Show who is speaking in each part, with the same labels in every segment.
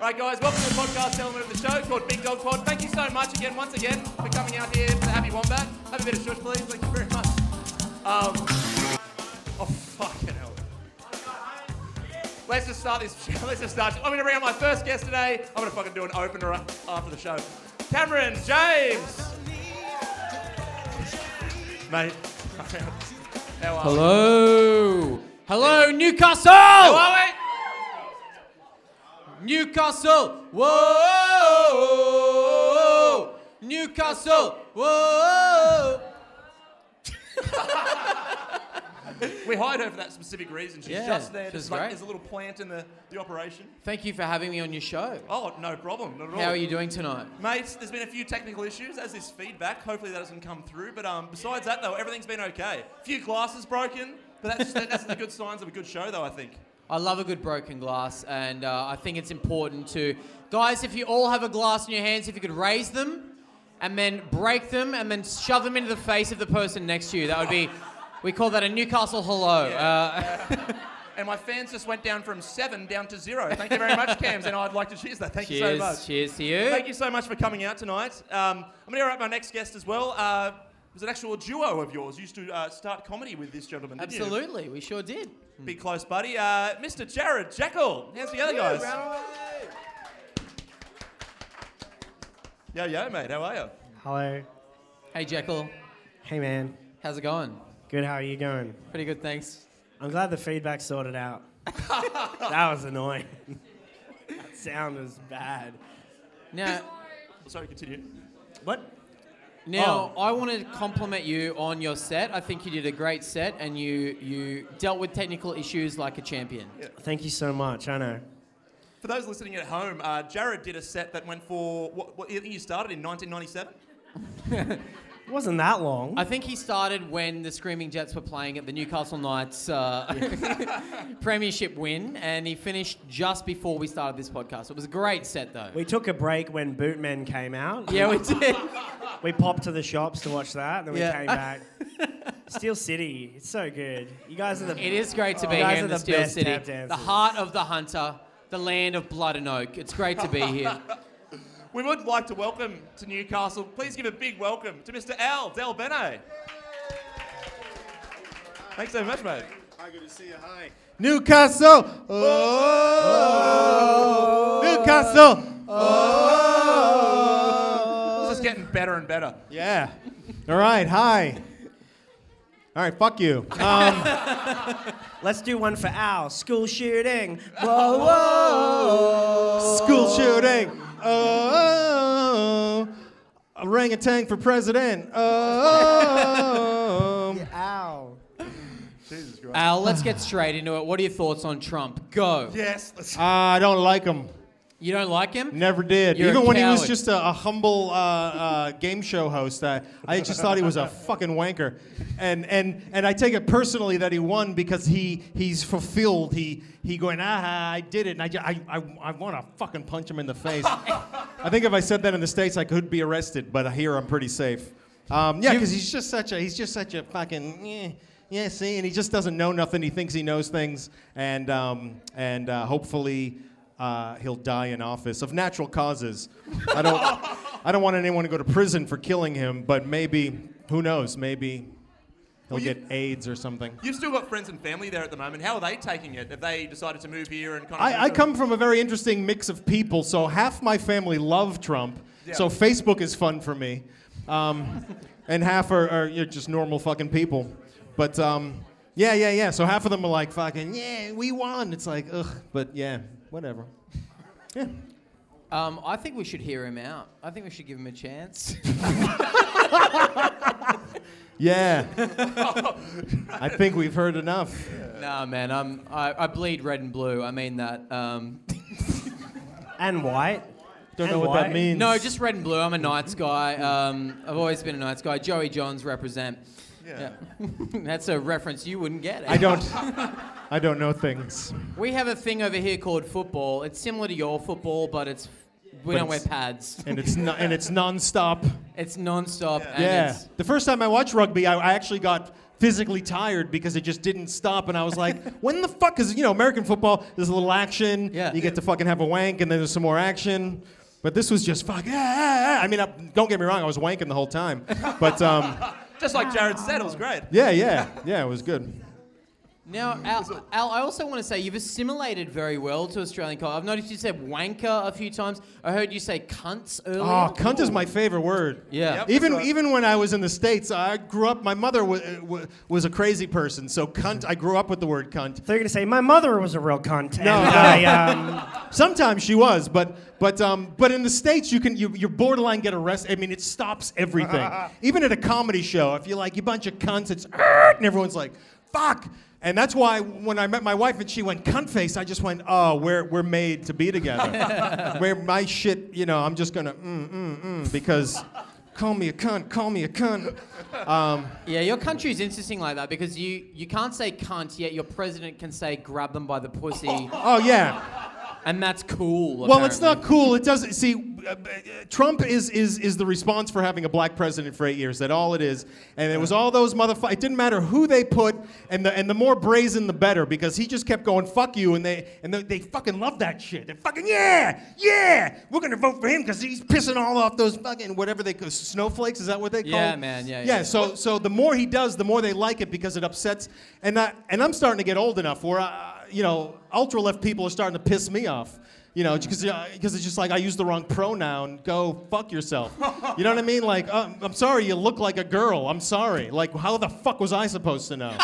Speaker 1: Right, guys, welcome to the podcast element of the show called Big Dog Pod. Thank you so much again, once again, for coming out here for the Happy Wombat. Have a bit of shush, please. Thank you very much. Um, oh, fucking hell. Let's just start this. Let's just start. I'm going to bring out my first guest today. I'm going to fucking do an opener after the show. Cameron James. Mate. How are we?
Speaker 2: Hello. Hello, Newcastle.
Speaker 1: How are we?
Speaker 2: Newcastle. Whoa. Newcastle. Whoa.
Speaker 1: We hired her for that specific reason. She's
Speaker 2: Yeah,
Speaker 1: just there.
Speaker 2: she's
Speaker 1: Just like,
Speaker 2: great.
Speaker 1: there's a little plant in the, the operation.
Speaker 2: Thank you for having me on your show.
Speaker 1: Oh, no problem. Not at all.
Speaker 2: How are you doing tonight?
Speaker 1: Mates, there's been a few technical issues as is feedback. Hopefully that doesn't come through. But um, besides that, though, everything's been okay. A few glasses broken, but that's, that- that's the good signs of a good show, though, I think.
Speaker 2: I love a good broken glass, and uh, I think it's important to. Guys, if you all have a glass in your hands, if you could raise them and then break them and then shove them into the face of the person next to you, that would be. We call that a Newcastle hello. Uh,
Speaker 1: And my fans just went down from seven down to zero. Thank you very much, Cams, and I'd like to cheers that. Thank you so
Speaker 2: cheers.
Speaker 1: much.
Speaker 2: cheers to you.
Speaker 1: Thank you so much for coming out tonight. Um, I'm going to interrupt my next guest as well. Uh, it was an actual duo of yours. You used to uh, start comedy with this gentleman. didn't you?
Speaker 2: Absolutely, we sure did.
Speaker 1: Be close, buddy. Uh, Mr. Jared Jekyll. How's the other guys? Yo, yo, mate. How are you?
Speaker 3: Hello.
Speaker 2: Hey Jekyll,
Speaker 3: Hey, man.
Speaker 2: how's it going?
Speaker 3: Good. How are you going?
Speaker 2: Pretty good, thanks.
Speaker 3: I'm glad the feedback sorted out. that was annoying. that sound was bad.
Speaker 2: Now,
Speaker 1: Sorry, continue.
Speaker 3: What?
Speaker 2: now I want to compliment you on your set. I think you did a great set, and you you dealt with technical issues like a champion.
Speaker 3: Thank you so much. I know.
Speaker 1: For those listening at home, uh, Jared did a set that went for what, what I think you started in 1997.
Speaker 3: It wasn't that long.
Speaker 2: I think he started when the Screaming Jets were playing at the Newcastle Knights uh, Premiership win, and he finished just before we started this podcast. It was a great set, though.
Speaker 3: we took a break when Bootmen came out.
Speaker 2: yeah, we did.
Speaker 3: We popped to the shops to watch that, then we
Speaker 2: Yeah.
Speaker 3: came back. Steel City. It's so good. You guys are the.
Speaker 2: It is great to be
Speaker 3: You guys
Speaker 2: here
Speaker 3: are
Speaker 2: in the,
Speaker 3: the
Speaker 2: Steel
Speaker 3: best
Speaker 2: City,
Speaker 3: tap
Speaker 2: the
Speaker 3: dancers.
Speaker 2: heart of the hunter, the land of blood and oak. It's great to be here.
Speaker 1: We would like to welcome to Newcastle. Please give a big welcome to Mr. Al Del Bene. Thanks so much, mate.
Speaker 4: Hi, good to see you. Hi.
Speaker 5: Newcastle. Oh. Newcastle.
Speaker 1: This is getting better and better.
Speaker 5: Yeah. All right. Hi. All right. Fuck you. Um,
Speaker 3: Let's do one for Al. School shooting. Whoa, whoa.
Speaker 5: school shooting. Oh. Orangutan for president. Oh.
Speaker 3: Al.
Speaker 2: Al, let's get straight into it. What are your thoughts on Trump? Go.
Speaker 1: Yes. Let's...
Speaker 5: Ah, I don't like him.
Speaker 2: You don't like him?
Speaker 5: Never did.
Speaker 2: You're a
Speaker 5: Even when he was
Speaker 2: coward.
Speaker 5: just a, a humble uh, uh, game show host, I, I just thought he was a fucking wanker, and and and I take it personally that he won because he he's fulfilled. He he going ah I did it, and I ju- I I, I want to fucking punch him in the face. I think if I said that in the states, I could be arrested, but here I'm pretty safe. Um, yeah, because he's just such a he's just such a fucking. eh, yeah, see, and he just doesn't know nothing. He thinks he knows things, and um, and uh, hopefully uh, he'll die in office of natural causes. I don't I don't want anyone to go to prison for killing him, but maybe who knows? Maybe he'll
Speaker 1: Well, you-
Speaker 5: get AIDS or something.
Speaker 1: You've still got friends and family there at the moment. How are they taking it? Have they decided to move here and kind of?
Speaker 5: I, I come from a very interesting mix of people, so half my family love Trump,
Speaker 1: Yeah.
Speaker 5: so Facebook is fun for me, um, and half are, are you know, just normal fucking people. But um, yeah, yeah, yeah. So half of them are like fucking yeah, we won. It's like ugh, but yeah, whatever. Yeah.
Speaker 2: Um, I think we should hear him out. I think we should give him a chance.
Speaker 5: Yeah. I think we've heard enough.
Speaker 2: nah, man, I'm, I, I bleed red and blue. I mean that. Um,
Speaker 3: And white.
Speaker 5: Don't know
Speaker 3: And
Speaker 5: what that
Speaker 3: why?
Speaker 5: means.
Speaker 2: no, just red and blue. I'm a Knights guy. Um, I've always been a Knights guy. Joey Johns represent.
Speaker 1: Yeah.
Speaker 2: That's a reference you wouldn't get. eh?
Speaker 5: I don't. I don't know things.
Speaker 2: We have a thing over here called football. It's similar to your football, but it's we
Speaker 5: But
Speaker 2: don't wear
Speaker 5: it's-
Speaker 2: pads.
Speaker 5: And it's not. And it's nonstop.
Speaker 2: It's non-stop. And
Speaker 5: Yeah.
Speaker 2: It's,
Speaker 5: The first time I watched rugby, I, I actually got physically tired because it just didn't stop. And I was like, when the fuck is you know American football? There's a little action.
Speaker 2: Yeah.
Speaker 5: You get to fucking have a wank, and then there's some more action. But this was just fuck. ah, ah, ah. I mean, I, don't get me wrong, I was wanking the whole time. But um,
Speaker 1: Just like Jared said, it was great.
Speaker 5: yeah, yeah, yeah, it was good.
Speaker 2: Now,
Speaker 5: Mm-hmm.
Speaker 2: Al, Al, I also want to say you've assimilated very well to Australian culture. I've noticed you said wanker a few times. I heard you say cunts earlier.
Speaker 5: Oh, cunt is my favorite word.
Speaker 2: Yeah.
Speaker 1: Yep.
Speaker 5: Even
Speaker 1: That's right.
Speaker 5: even when I was in the states, I grew up. My mother was was a crazy person, so cunt. I grew up with the word cunt.
Speaker 3: They're gonna say my mother was a real cunt, and
Speaker 5: No.
Speaker 3: I, um,
Speaker 5: Sometimes she was, but but um, but in the states, you can you you borderline get arrested. I mean, it stops everything. Even at a comedy show, if you're like you bunch of cunts, it's "Argh," and everyone's like, fuck. And that's why when I met my wife and she went cunt face, I just went, oh, we're we're made to be together. Where my shit, you know, I'm just gonna mm mm mm because. Call me a cunt, call me a cunt.
Speaker 2: Yeah, your country's interesting like that because you, you can't say cunt, yet your president can say grab them by the pussy,
Speaker 5: Oh, yeah.
Speaker 2: and that's cool.
Speaker 5: Well, it's
Speaker 2: apparently.
Speaker 5: not cool. It doesn't see. uh, uh, Trump is, is is the response for having a black president for eight years. That all it is, and it was all those motherfuckers. It didn't matter who they put, and the and the more brazen the better, because he just kept going fuck you, and they and they, they fucking love that shit. They're fucking yeah, yeah. We're gonna vote for him because he's pissing all off those fucking whatever they call snowflakes. Is that what they call?
Speaker 2: Yeah,
Speaker 5: it?
Speaker 2: man, yeah,
Speaker 5: yeah.
Speaker 2: yeah.
Speaker 5: So so the more he does, the more they like it because it upsets. And I and I'm starting to get old enough where I, you know ultra left people are starting to piss me off. You know, because because it's just like I used the wrong pronoun. Go fuck yourself. You know what I mean? Like um, I'm sorry, you look like a girl. I'm sorry. Like how the fuck was I supposed to know?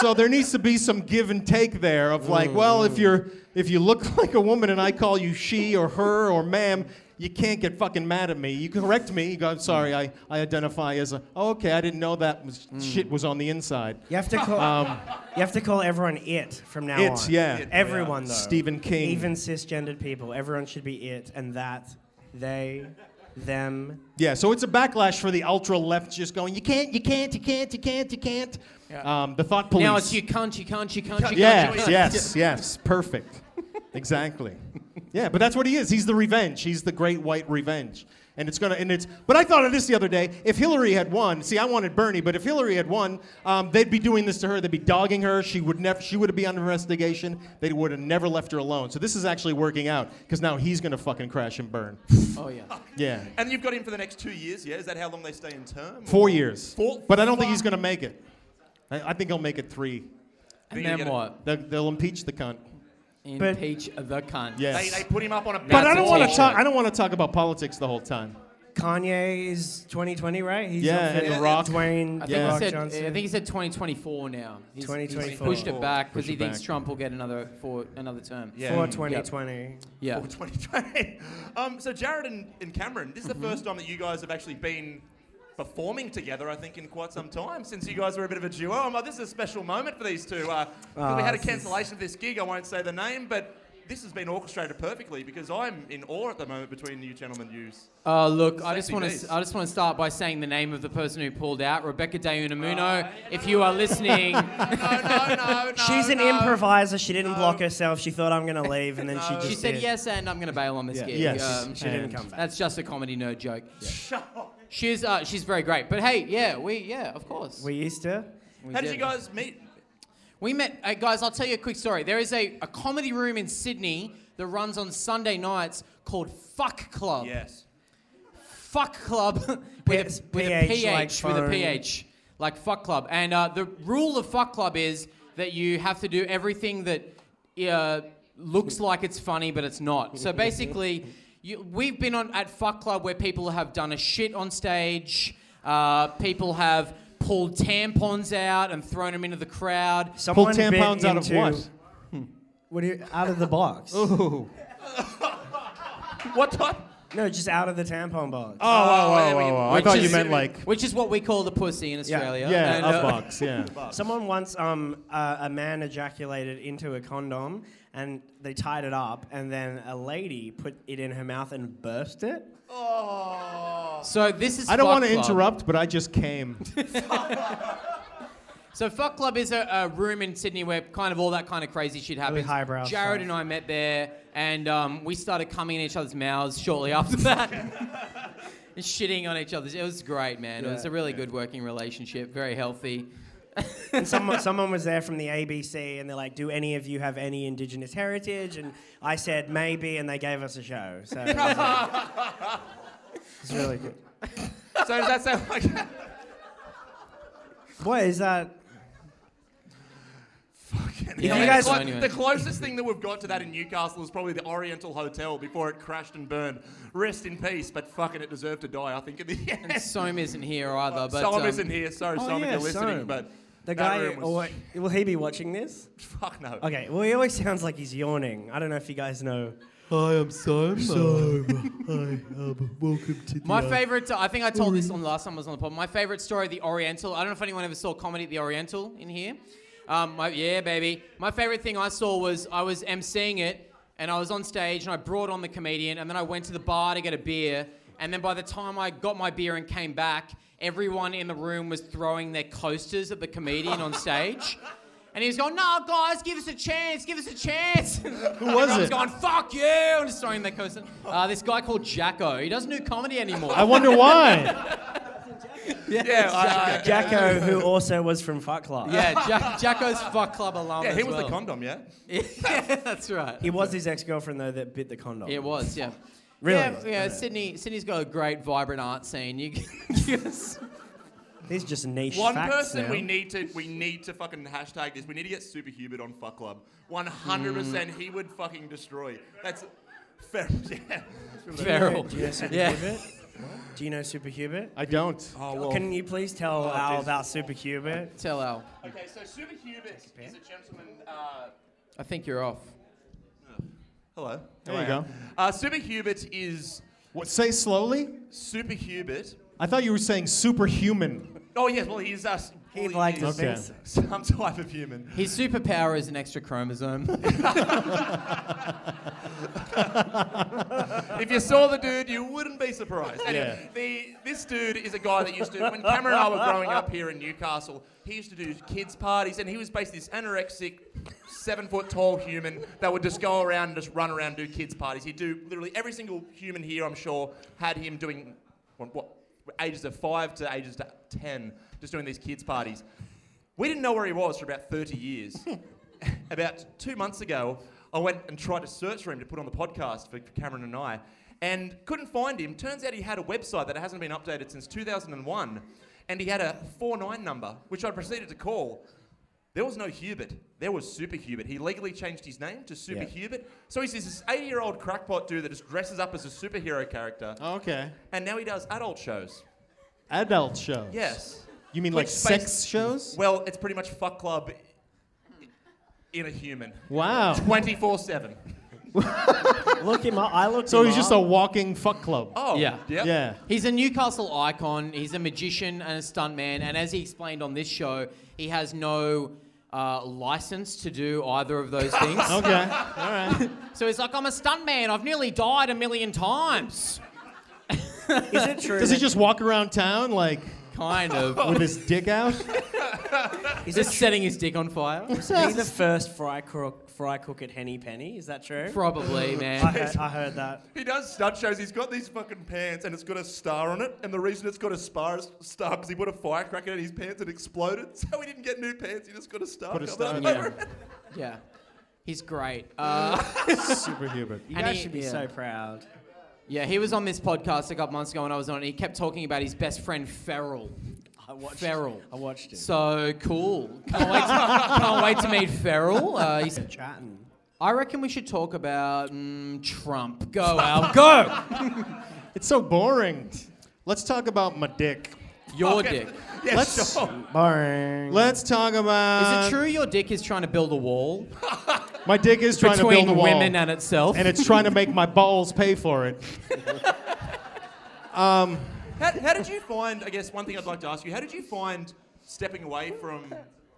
Speaker 5: so there needs to be some give and take there of like, well, if you're if you look like a woman and I call you she or her or ma'am, you can't get fucking mad at me. You correct me. You go, I'm sorry, I, I identify as a. Oh, okay, I didn't know that was, shit was on the inside.
Speaker 3: you have to call you have to call everyone it from now
Speaker 5: Um, It,
Speaker 3: on.
Speaker 5: yeah. It,
Speaker 3: everyone though.
Speaker 5: Stephen King.
Speaker 3: Even cisgendered people, everyone should be it, and that they, them.
Speaker 5: Yeah, so it's a backlash for the ultra left just going, you can't, you can't, you can't, you can't, you can't. Um, the thought police.
Speaker 2: Now it's you cunt, you cunt, you cunt, you cunt. you
Speaker 5: Yes,
Speaker 2: cunt.
Speaker 5: yes, yes. Perfect. Exactly. Yeah, but that's what he is. He's the revenge. He's the great white revenge. And it's gonna and it's but I thought of this the other day. If Hillary had won, see I wanted Bernie, but if Hillary had won, um, they'd be doing this to her, they'd be dogging her, she would never she would be under investigation, they would have never left her alone. So this is actually working out, because now he's gonna fucking crash and burn.
Speaker 2: Oh, yeah.
Speaker 5: Yeah.
Speaker 1: And you've got him for the next two years, yeah? Is that how long they stay in term?
Speaker 5: Four years.
Speaker 1: Four-
Speaker 5: but I don't think he's gonna make it. I, I think he'll make it three.
Speaker 2: And
Speaker 1: You're
Speaker 2: then
Speaker 1: gonna-
Speaker 2: what?
Speaker 5: They'll, they'll impeach the cunt.
Speaker 3: But-
Speaker 2: Impeach the cunt.
Speaker 5: Yes.
Speaker 1: They, they put him up on a
Speaker 2: But
Speaker 5: But I
Speaker 2: That's
Speaker 5: don't
Speaker 2: a
Speaker 5: want to
Speaker 2: t-shirt.
Speaker 5: talk. I don't want to talk about politics the whole time.
Speaker 3: Kanye is 2020, right? He's
Speaker 5: Yeah,
Speaker 3: up for
Speaker 5: and
Speaker 3: it.
Speaker 5: Rock.
Speaker 3: Dwayne,
Speaker 2: I think,
Speaker 5: Yeah.
Speaker 3: Rock
Speaker 2: he said, I
Speaker 3: Johnson.
Speaker 2: think he said 2024 now. He's, he's
Speaker 3: 2024.
Speaker 2: pushed it back because
Speaker 5: Push it
Speaker 2: he thinks
Speaker 5: back.
Speaker 2: Trump will get another for another term.
Speaker 1: Yeah.
Speaker 3: for
Speaker 1: Mm.
Speaker 3: 2020.
Speaker 2: Yeah.
Speaker 1: for 2020. Um, so Jared and, and Cameron, this is the first time that you guys have actually been performing together, I think, in quite some time, since you guys were a bit of a duo. I'm like, this is a special moment for these two. Uh, 'cause we
Speaker 3: Ah,
Speaker 1: had a
Speaker 3: this is-
Speaker 1: cancellation of this gig, I won't say the name, but this has been orchestrated perfectly because I'm in awe at the moment between you gentlemen yous.
Speaker 2: Uh, look, I just
Speaker 1: Sexy
Speaker 2: want
Speaker 1: beast.
Speaker 2: to I just want to start by saying the name of the person who pulled out, Rebecca De Unamuno. if you are listening,
Speaker 1: No, no, no, no.
Speaker 3: She's an
Speaker 1: no.
Speaker 3: improviser. She didn't block herself. She thought I'm gonna leave, and then she
Speaker 1: No.
Speaker 3: just
Speaker 2: she said
Speaker 3: did.
Speaker 2: yes, and I'm going to bail on this
Speaker 5: Yeah.
Speaker 2: gig.
Speaker 5: Yes.
Speaker 3: She didn't come back.
Speaker 2: That's just a comedy nerd joke.
Speaker 1: Shut up.
Speaker 2: She's uh, she's very great, but hey, yeah, we yeah, of course.
Speaker 3: We used to.
Speaker 2: We
Speaker 1: How did
Speaker 2: did.
Speaker 1: you guys meet?
Speaker 2: We met, uh, guys, I'll tell you a quick story. There is a, a comedy room in Sydney that runs on Sunday nights called Fuck Club.
Speaker 1: Yes.
Speaker 2: Fuck Club with,
Speaker 3: P-
Speaker 2: a, with a
Speaker 3: PH, like
Speaker 2: PH, with a
Speaker 3: phone.
Speaker 2: PH, like Fuck Club. And uh, the rule of Fuck Club is that you have to do everything that uh,
Speaker 5: Hmm.
Speaker 2: looks like it's funny, but it's not. So basically, you, we've been on at Fuck Club where people have done a shit on stage, uh, people have pulled tampons out and thrown them into the crowd.
Speaker 5: Pull
Speaker 3: Someone bit
Speaker 5: tampons out of
Speaker 3: into-
Speaker 5: what?
Speaker 3: What do you, out of the box?
Speaker 1: What time?
Speaker 3: no, just out of the tampon box.
Speaker 5: Oh, oh,
Speaker 1: yeah,
Speaker 5: oh,
Speaker 1: we-
Speaker 5: oh, I
Speaker 1: which
Speaker 5: thought
Speaker 2: is-
Speaker 5: you meant like
Speaker 2: Which is what we call the pussy in Australia.
Speaker 5: yeah,
Speaker 2: And,
Speaker 5: a
Speaker 2: uh,
Speaker 5: box, yeah.
Speaker 3: Someone once, um, a, a man ejaculated into a condom, and they tied it up, and then a lady put it in her mouth and burst it.
Speaker 1: Oh.
Speaker 2: So this is.
Speaker 5: I don't
Speaker 2: Fuck
Speaker 5: want to
Speaker 2: Club.
Speaker 5: interrupt, but I just came.
Speaker 2: So Fuck Club is a, a room in Sydney where kind of all that kind of crazy shit happens.
Speaker 3: highbrow
Speaker 2: Jared
Speaker 3: stuff.
Speaker 2: and I met there, and um, we started coming in each other's mouths shortly after that. And Shitting on each other's. It was great, man. It was
Speaker 3: Yeah.
Speaker 2: a really good working relationship, very healthy.
Speaker 3: And someone, someone was there from the ABC, and they're like, "Do any of you have any Indigenous heritage?" And I said, "Maybe," and they gave us a show. So it was, like- it's really good.
Speaker 1: So does that sound like
Speaker 3: What is that?
Speaker 2: Yeah,
Speaker 3: you
Speaker 2: mate,
Speaker 3: guys-
Speaker 2: so
Speaker 1: Clo-
Speaker 2: anyway.
Speaker 1: the closest thing that we've got to that in Newcastle is probably the Oriental Hotel before it crashed and burned. Rest in peace, but fucking it deserved to die, I think, in the end.
Speaker 2: And Soam isn't here either. But
Speaker 1: Someone
Speaker 2: um,
Speaker 1: isn't here. Sorry,
Speaker 3: Oh,
Speaker 1: Someone,
Speaker 3: yeah,
Speaker 1: if you're listening,
Speaker 3: Soam.
Speaker 1: but
Speaker 3: The
Speaker 1: that
Speaker 3: guy,
Speaker 1: room was-
Speaker 3: alwa- will he be watching this?
Speaker 1: fuck no.
Speaker 3: Okay, well, he always sounds like he's yawning. I don't know if you guys know.
Speaker 2: My favorite, I think I told this
Speaker 5: Mm.
Speaker 2: on the last time I was on the pod. My favorite story, The Oriental. I don't know if anyone ever saw comedy at The Oriental in here. Um, my, yeah, baby. My favorite thing I saw was I was emceeing it, and I was on stage, and I brought on the comedian, and then I went to the bar to get a beer, and then by the time I got my beer and came back, everyone in the room was throwing their coasters at the comedian on stage. And he was going, no, guys, give us a chance, give us a chance. Who
Speaker 5: was
Speaker 2: Everyone's
Speaker 5: it?
Speaker 2: going, fuck you, and just throwing their coaster. Uh, this guy called Jacko, he doesn't do comedy anymore.
Speaker 5: I wonder why.
Speaker 1: Yeah, I- I-
Speaker 3: Jacko, who also was from Fuck Club.
Speaker 2: Yeah, Jack, Jacko's fuck club alum.
Speaker 1: yeah, he
Speaker 2: as
Speaker 1: was the
Speaker 2: well.
Speaker 1: condom, yeah?
Speaker 2: yeah, that's right.
Speaker 3: It was his ex girlfriend, though, that bit the condom.
Speaker 2: It was, yeah.
Speaker 3: Really?
Speaker 2: Yeah, yeah, Sydney. Sydney's got a great, vibrant art scene. You, yes.
Speaker 3: These are just niche
Speaker 1: One
Speaker 3: facts
Speaker 1: person
Speaker 3: now.
Speaker 1: we need to we need to fucking hashtag this. We need to get Super Hubert on Fuck Club. One hundred percent,
Speaker 2: Mm.
Speaker 1: he would fucking destroy. That's fair. Yeah.
Speaker 2: Feral.
Speaker 3: Do you know Super
Speaker 2: Yeah.
Speaker 3: Hubert? Do you know Super Hubert?
Speaker 5: I don't.
Speaker 1: Oh well.
Speaker 3: Can you please tell Al
Speaker 1: geez.
Speaker 3: about Super Hubert?
Speaker 2: Tell Al.
Speaker 1: Okay, so Super Hubert is a gentleman. Uh,
Speaker 2: I think you're off.
Speaker 1: hello.
Speaker 5: There you go.
Speaker 1: Uh, Super Hubert is
Speaker 5: What, say slowly.
Speaker 1: Super Hubert.
Speaker 5: I thought you were saying superhuman.
Speaker 1: Oh yes, well he's us.
Speaker 3: He'd like to
Speaker 5: Okay.
Speaker 3: think so.
Speaker 1: some type of human.
Speaker 2: His superpower is an extra chromosome.
Speaker 1: If you saw the dude, you wouldn't be surprised. Anyway,
Speaker 5: Yeah.
Speaker 1: the, this dude is a guy that used to, when Cameron and I were growing up here in Newcastle, he used to do kids' parties, and he was basically this anorexic, seven foot tall human that would just go around and just run around and do kids' parties. He'd do literally every single human here, I'm sure, had him doing what, what ages of five to ages to 10, just doing these kids' parties. We didn't know where he was for about 30 years. about two months ago, I went and tried to search for him to put on the podcast for Cameron and I, and couldn't find him. Turns out he had a website that hasn't been updated since 2001, and he had a 49 number, which I proceeded to call. There was no Hubert. There was Super Hubert. He legally changed his name to Super
Speaker 3: Yeah.
Speaker 1: Hubert. So he's this 80 year old crackpot dude that just dresses up as a superhero character,
Speaker 5: Okay.
Speaker 1: and now he does adult shows.
Speaker 5: Adult shows.
Speaker 1: Yes.
Speaker 5: You mean
Speaker 1: Which
Speaker 5: like
Speaker 1: space-
Speaker 5: sex shows?
Speaker 1: Well, it's pretty much Fuck Club in a human.
Speaker 5: Wow.
Speaker 1: 24 7.
Speaker 3: Look him up. I looked
Speaker 5: So
Speaker 3: him
Speaker 5: he's just a
Speaker 3: up.
Speaker 5: walking fuck club.
Speaker 1: Oh,
Speaker 2: Yeah.
Speaker 1: Yep.
Speaker 5: Yeah.
Speaker 2: He's a Newcastle icon. He's a magician and a stuntman. And as he explained on this show, he has no uh, license to do either of those things.
Speaker 5: Okay. All right.
Speaker 2: So he's like, I'm a stuntman. I've nearly died a million times.
Speaker 3: Is it true?
Speaker 5: Does he
Speaker 3: that-
Speaker 5: just walk around town like
Speaker 2: Kind of.
Speaker 5: with his dick out?
Speaker 3: Is
Speaker 2: Just
Speaker 3: it
Speaker 2: setting his dick on fire?
Speaker 3: true? He's the first fry cook, fry cook at Henny Penny. Is that true?
Speaker 2: Probably,
Speaker 3: I,
Speaker 2: man.
Speaker 3: heard, I heard that.
Speaker 1: He does stunt shows. He's got these fucking pants and it's got a star on it. And the reason it's got a spar is star because he put a firecracker in his pants and exploded. So he didn't get new pants. He just got a star.
Speaker 5: Put a
Speaker 1: cover
Speaker 5: star in
Speaker 1: over
Speaker 5: there.
Speaker 1: it.
Speaker 2: Yeah. He's great. Uh,
Speaker 5: Super Hubert.
Speaker 3: You
Speaker 2: And
Speaker 3: guys
Speaker 2: he-
Speaker 3: should be
Speaker 2: yeah.
Speaker 3: so proud.
Speaker 2: yeah, he was on this podcast a couple months ago when I was on it. He kept talking about his best friend, Ferrell.
Speaker 3: I watched
Speaker 2: Feral.
Speaker 3: I watched it.
Speaker 2: So cool. Can't wait to, can't wait to meet Ferrell. Uh, he's-
Speaker 3: Chatting.
Speaker 2: I reckon we should talk about mm, Trump. Go, Al, go!
Speaker 5: It's so boring. Let's talk about my dick.
Speaker 2: Your dick.
Speaker 1: Yeah,
Speaker 5: Let's-
Speaker 1: sure.
Speaker 3: Boring.
Speaker 5: Let's talk about.
Speaker 2: Is
Speaker 3: Uh,
Speaker 2: it true your dick is trying to build a wall
Speaker 5: My dick is trying to
Speaker 2: between
Speaker 5: build a wall,
Speaker 2: women and itself?
Speaker 5: and it's trying to make my balls pay for it.
Speaker 1: How, how did you find, I guess, one thing I'd like to ask you, how did you find stepping away from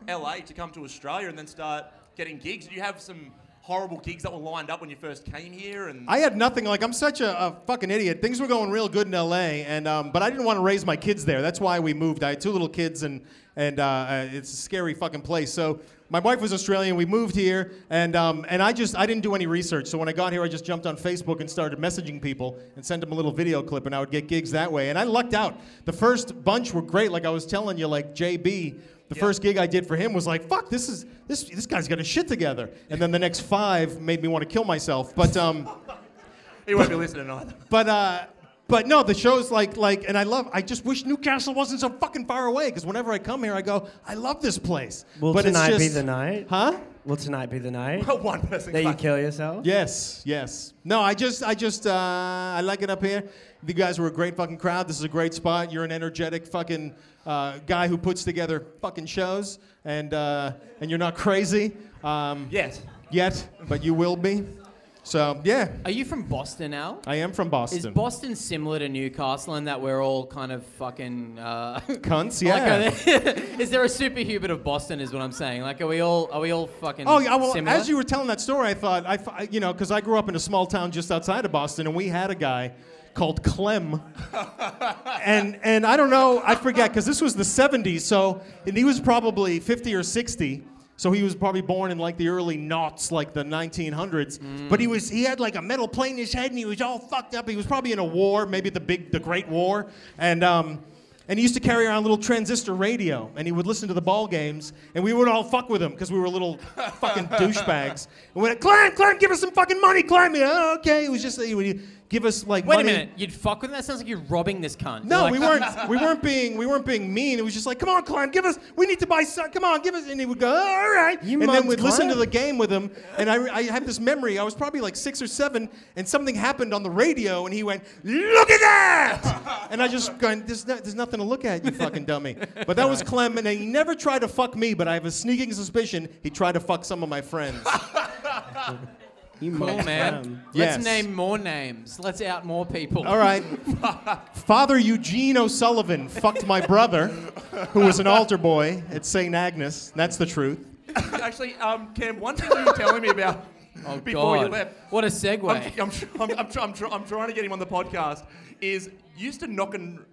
Speaker 1: LA to come to Australia and then start getting gigs? Did you have some horrible gigs that were lined up when you first came here? And
Speaker 5: I had nothing. Like I'm such a, a fucking idiot. Things were going real good in L.A. and um, but I didn't want to raise my kids there. That's why we moved. I had two little kids, and and uh, uh, it's a scary fucking place. So my wife was Australian. We moved here, and um, and I just I didn't do any research. So when I got here, I just jumped on Facebook and started messaging people and sent them a little video clip, and I would get gigs that way. And I lucked out. The first bunch were great. Like I was telling you, like JB. The first gig I did for him was like, "Fuck, this is this this guy's got his shit together." And then the next five made me want to kill myself. But um,
Speaker 1: He won't be listening either.
Speaker 5: but uh, but no, the show's like like, and I love. I just wish Newcastle wasn't so fucking far away because whenever I come here, I go, I love this place.
Speaker 3: Will
Speaker 5: but
Speaker 3: tonight
Speaker 5: it's
Speaker 3: be
Speaker 5: just,
Speaker 3: the night?
Speaker 5: Huh?
Speaker 3: Will tonight be the night
Speaker 1: One person.
Speaker 3: that you
Speaker 1: clapped.
Speaker 3: kill yourself?
Speaker 5: Yes, yes. No, I just, I just, uh, I like it up here. You guys were a great fucking crowd. This is a great spot. You're an energetic fucking uh, guy who puts together fucking shows, and uh, and you're not crazy um,
Speaker 1: Yes.
Speaker 5: yet, but you will be. So yeah,
Speaker 2: Are you from Boston, Al?
Speaker 5: I am from Boston.
Speaker 2: Is Boston similar to Newcastle in that we're all kind of fucking? Uh,
Speaker 5: Cunts,
Speaker 2: like,
Speaker 5: yeah.
Speaker 2: are they- is there a superhuman of Boston? Is what I'm saying. Like, are we all are we all fucking?
Speaker 5: Oh yeah, well,
Speaker 2: similar?
Speaker 5: as you were telling that story, I thought I, f- I- you know, because I grew up in a small town just outside of Boston, and we had a guy called Clem, and and I don't know, I forget, because this was the '70s, so and he was probably 50 or 60. So he was probably born in like the early noughts, like the 1900s.
Speaker 2: Mm.
Speaker 5: But he was he had like a metal plate in his head, and he was all fucked up. He was probably in a war, maybe the big, the Great War, and um, and he used to carry around a little transistor radio, and he would listen to the ball games, and we would all fuck with him because we were little fucking douchebags. And we'd climb, climb, give us some fucking money, climb. Yeah, okay, it was just he would give us like
Speaker 2: Wait
Speaker 5: money.
Speaker 2: a minute. You'd fuck with him? That sounds like you're robbing this cunt.
Speaker 5: No,
Speaker 2: You're
Speaker 5: we
Speaker 2: like,
Speaker 5: weren't. We weren't being. We weren't being mean. It was just like, come on, Clem, give us. We need to buy. Some, come on, give us. And he would go, all right.
Speaker 3: You
Speaker 5: and then
Speaker 3: mugged
Speaker 5: we'd listen to
Speaker 3: Clem?
Speaker 5: the game with him. And I, I had this memory. I was probably like six or seven, and something happened on the radio, and he went, look at that. and I just going, there's, no, there's nothing to look at, you fucking dummy. But that was Clem, and he never tried to fuck me. But I have a sneaking suspicion he tried to fuck some of my friends.
Speaker 3: You
Speaker 2: Cool,
Speaker 3: must
Speaker 2: man.
Speaker 3: come.
Speaker 5: Yes.
Speaker 2: Let's name more names. Let's out more people.
Speaker 5: All right. Father Eugene O'Sullivan fucked my brother, who was an altar boy at St. Agnes. That's the truth.
Speaker 1: Actually, um, Cam, one thing you were telling me about
Speaker 2: Oh,
Speaker 1: before
Speaker 2: God.
Speaker 1: you left,
Speaker 2: What a segue.
Speaker 1: I'm, I'm, tr- I'm, I'm, tr- I'm, tr- I'm trying to get him on the podcast, is used to knock and.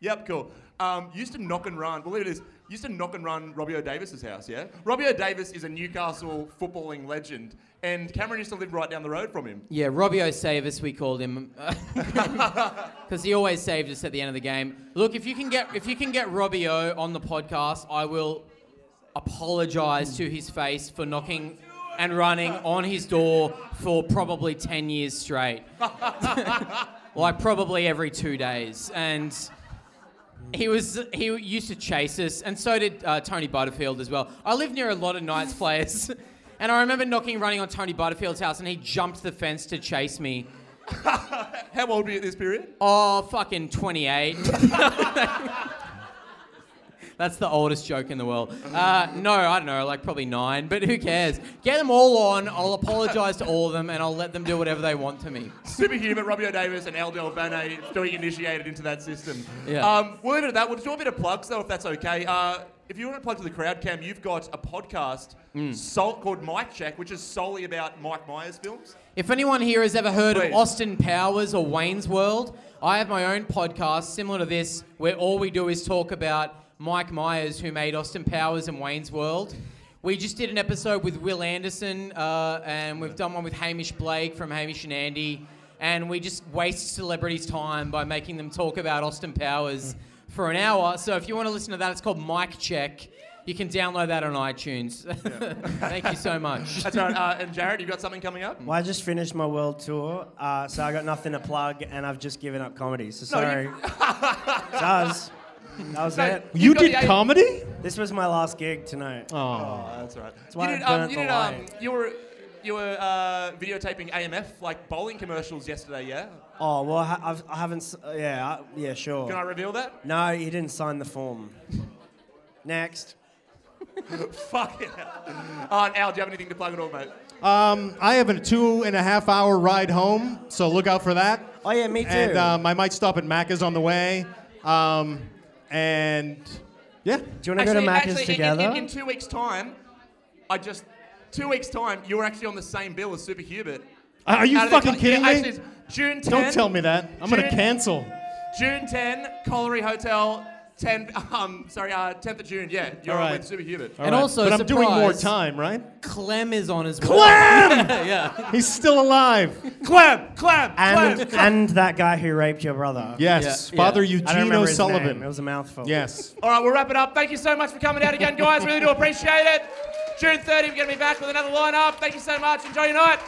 Speaker 1: Yep, cool. Um, used to knock and run, believe it is, used to knock and run Robbie O'Davis's house, yeah? Robbie O'Davis is a Newcastle footballing legend, and Cameron used to live right down the road from him.
Speaker 2: yeah, Robbie O'Savis, we called him. Because he always saved us at the end of the game. Look, if you can get if you can get Robbie O on the podcast, I will apologize to his face for knocking and running on his door for probably 10 years straight. like probably every two days. And he was he used to chase us, and so did uh, Tony Butterfield as well. I lived near a lot of Knights players, and I remember knocking and running on Tony Butterfield's house, and he jumped the fence to chase me.
Speaker 1: How old were you at this period?
Speaker 2: Oh, fucking 28. That's the oldest joke in the world. Uh, no, I don't know, like probably nine, but who cares? Get them all on. I'll apologize to all of them, and I'll let them do whatever they want to me.
Speaker 1: Superhuman, Robbie O'Davis, and Al Del Valle being initiated into that system.
Speaker 2: Yeah.
Speaker 1: Um, we'll leave it at that. We'll do a bit of plugs, though, if that's okay. Uh, if you want to plug to the crowd, Cam, you've got a podcast sol- called Mike Check, which is solely about Mike Myers films.
Speaker 2: If anyone here has ever heard
Speaker 1: Please.
Speaker 2: of Austin Powers or Wayne's World, I have my own podcast similar to this where all we do is talk about Mike Myers, who made Austin Powers and Wayne's World. We just did an episode with Will Anderson, uh, and we've done one with Hamish Blake from Hamish and Andy, and we just waste celebrities' time by making them talk about Austin Powers for an hour. So if you want to listen to that, it's called Mike Check. You can download that on iTunes. Thank you so much.
Speaker 1: That's right. Uh, and Jared, you've got something coming up?
Speaker 3: Well, I just finished my world tour, uh, so I got nothing to plug, and I've just given up comedy. So sorry. Does. That was
Speaker 1: No,
Speaker 3: it.
Speaker 5: You
Speaker 1: you've got
Speaker 5: did
Speaker 1: the A-
Speaker 5: comedy?
Speaker 3: This was my last gig tonight.
Speaker 5: Oh.
Speaker 1: Oh, that's right.
Speaker 3: why
Speaker 1: you did,
Speaker 3: I
Speaker 1: um,
Speaker 3: burnt
Speaker 1: you,
Speaker 3: the
Speaker 1: did um,
Speaker 3: light.
Speaker 1: you were, you were uh, videotaping AMF, like bowling commercials yesterday, yeah?
Speaker 3: Oh well, ha- I've, I haven't. s- uh, Yeah, I, yeah, sure.
Speaker 1: Can I reveal that?
Speaker 3: No, you didn't sign the form. Next.
Speaker 1: Fuck it. Uh, Al, do you have anything to plug at all, mate?
Speaker 5: Um, I have a two and a half hour ride home, so look out for that.
Speaker 3: Oh yeah, me too.
Speaker 5: And um, I might stop at Macca's on the way. Um, and yeah.
Speaker 3: Do you want to go to Macca's
Speaker 1: actually, in- in-
Speaker 3: together?
Speaker 1: In, in two weeks' time, I just two weeks' time, you were actually on the same bill as Super Hubert.
Speaker 5: Are you
Speaker 1: Out of the
Speaker 5: fucking
Speaker 1: co-
Speaker 5: kidding
Speaker 1: yeah, actually,
Speaker 5: me?
Speaker 1: it's June 10.
Speaker 5: Don't tell me that. I'm going to
Speaker 1: June-
Speaker 5: cancel.
Speaker 1: June 10, Colliery Hotel. ten, um, sorry, uh, 10th of June. Yeah, you're
Speaker 5: All
Speaker 1: on
Speaker 5: right.
Speaker 1: with Superhuman.
Speaker 5: All
Speaker 2: And also,
Speaker 5: but I'm doing more
Speaker 2: surprise.
Speaker 5: time, right?
Speaker 2: Clem is on as well. Clem! yeah.
Speaker 5: He's still alive.
Speaker 4: Clem, Clem, Clem.
Speaker 3: And, and that guy who raped your brother.
Speaker 5: Yes,
Speaker 2: Yeah,
Speaker 5: Father
Speaker 2: yeah.
Speaker 3: I don't
Speaker 5: Eugene
Speaker 3: remember his
Speaker 5: O'Sullivan.
Speaker 3: name. It was a mouthful.
Speaker 5: Yes.
Speaker 1: All right, we'll wrap it up. Thank you so much for coming out again, guys. Really do appreciate it. June 30, we're going to be back with another lineup. Thank you so much. Enjoy your night.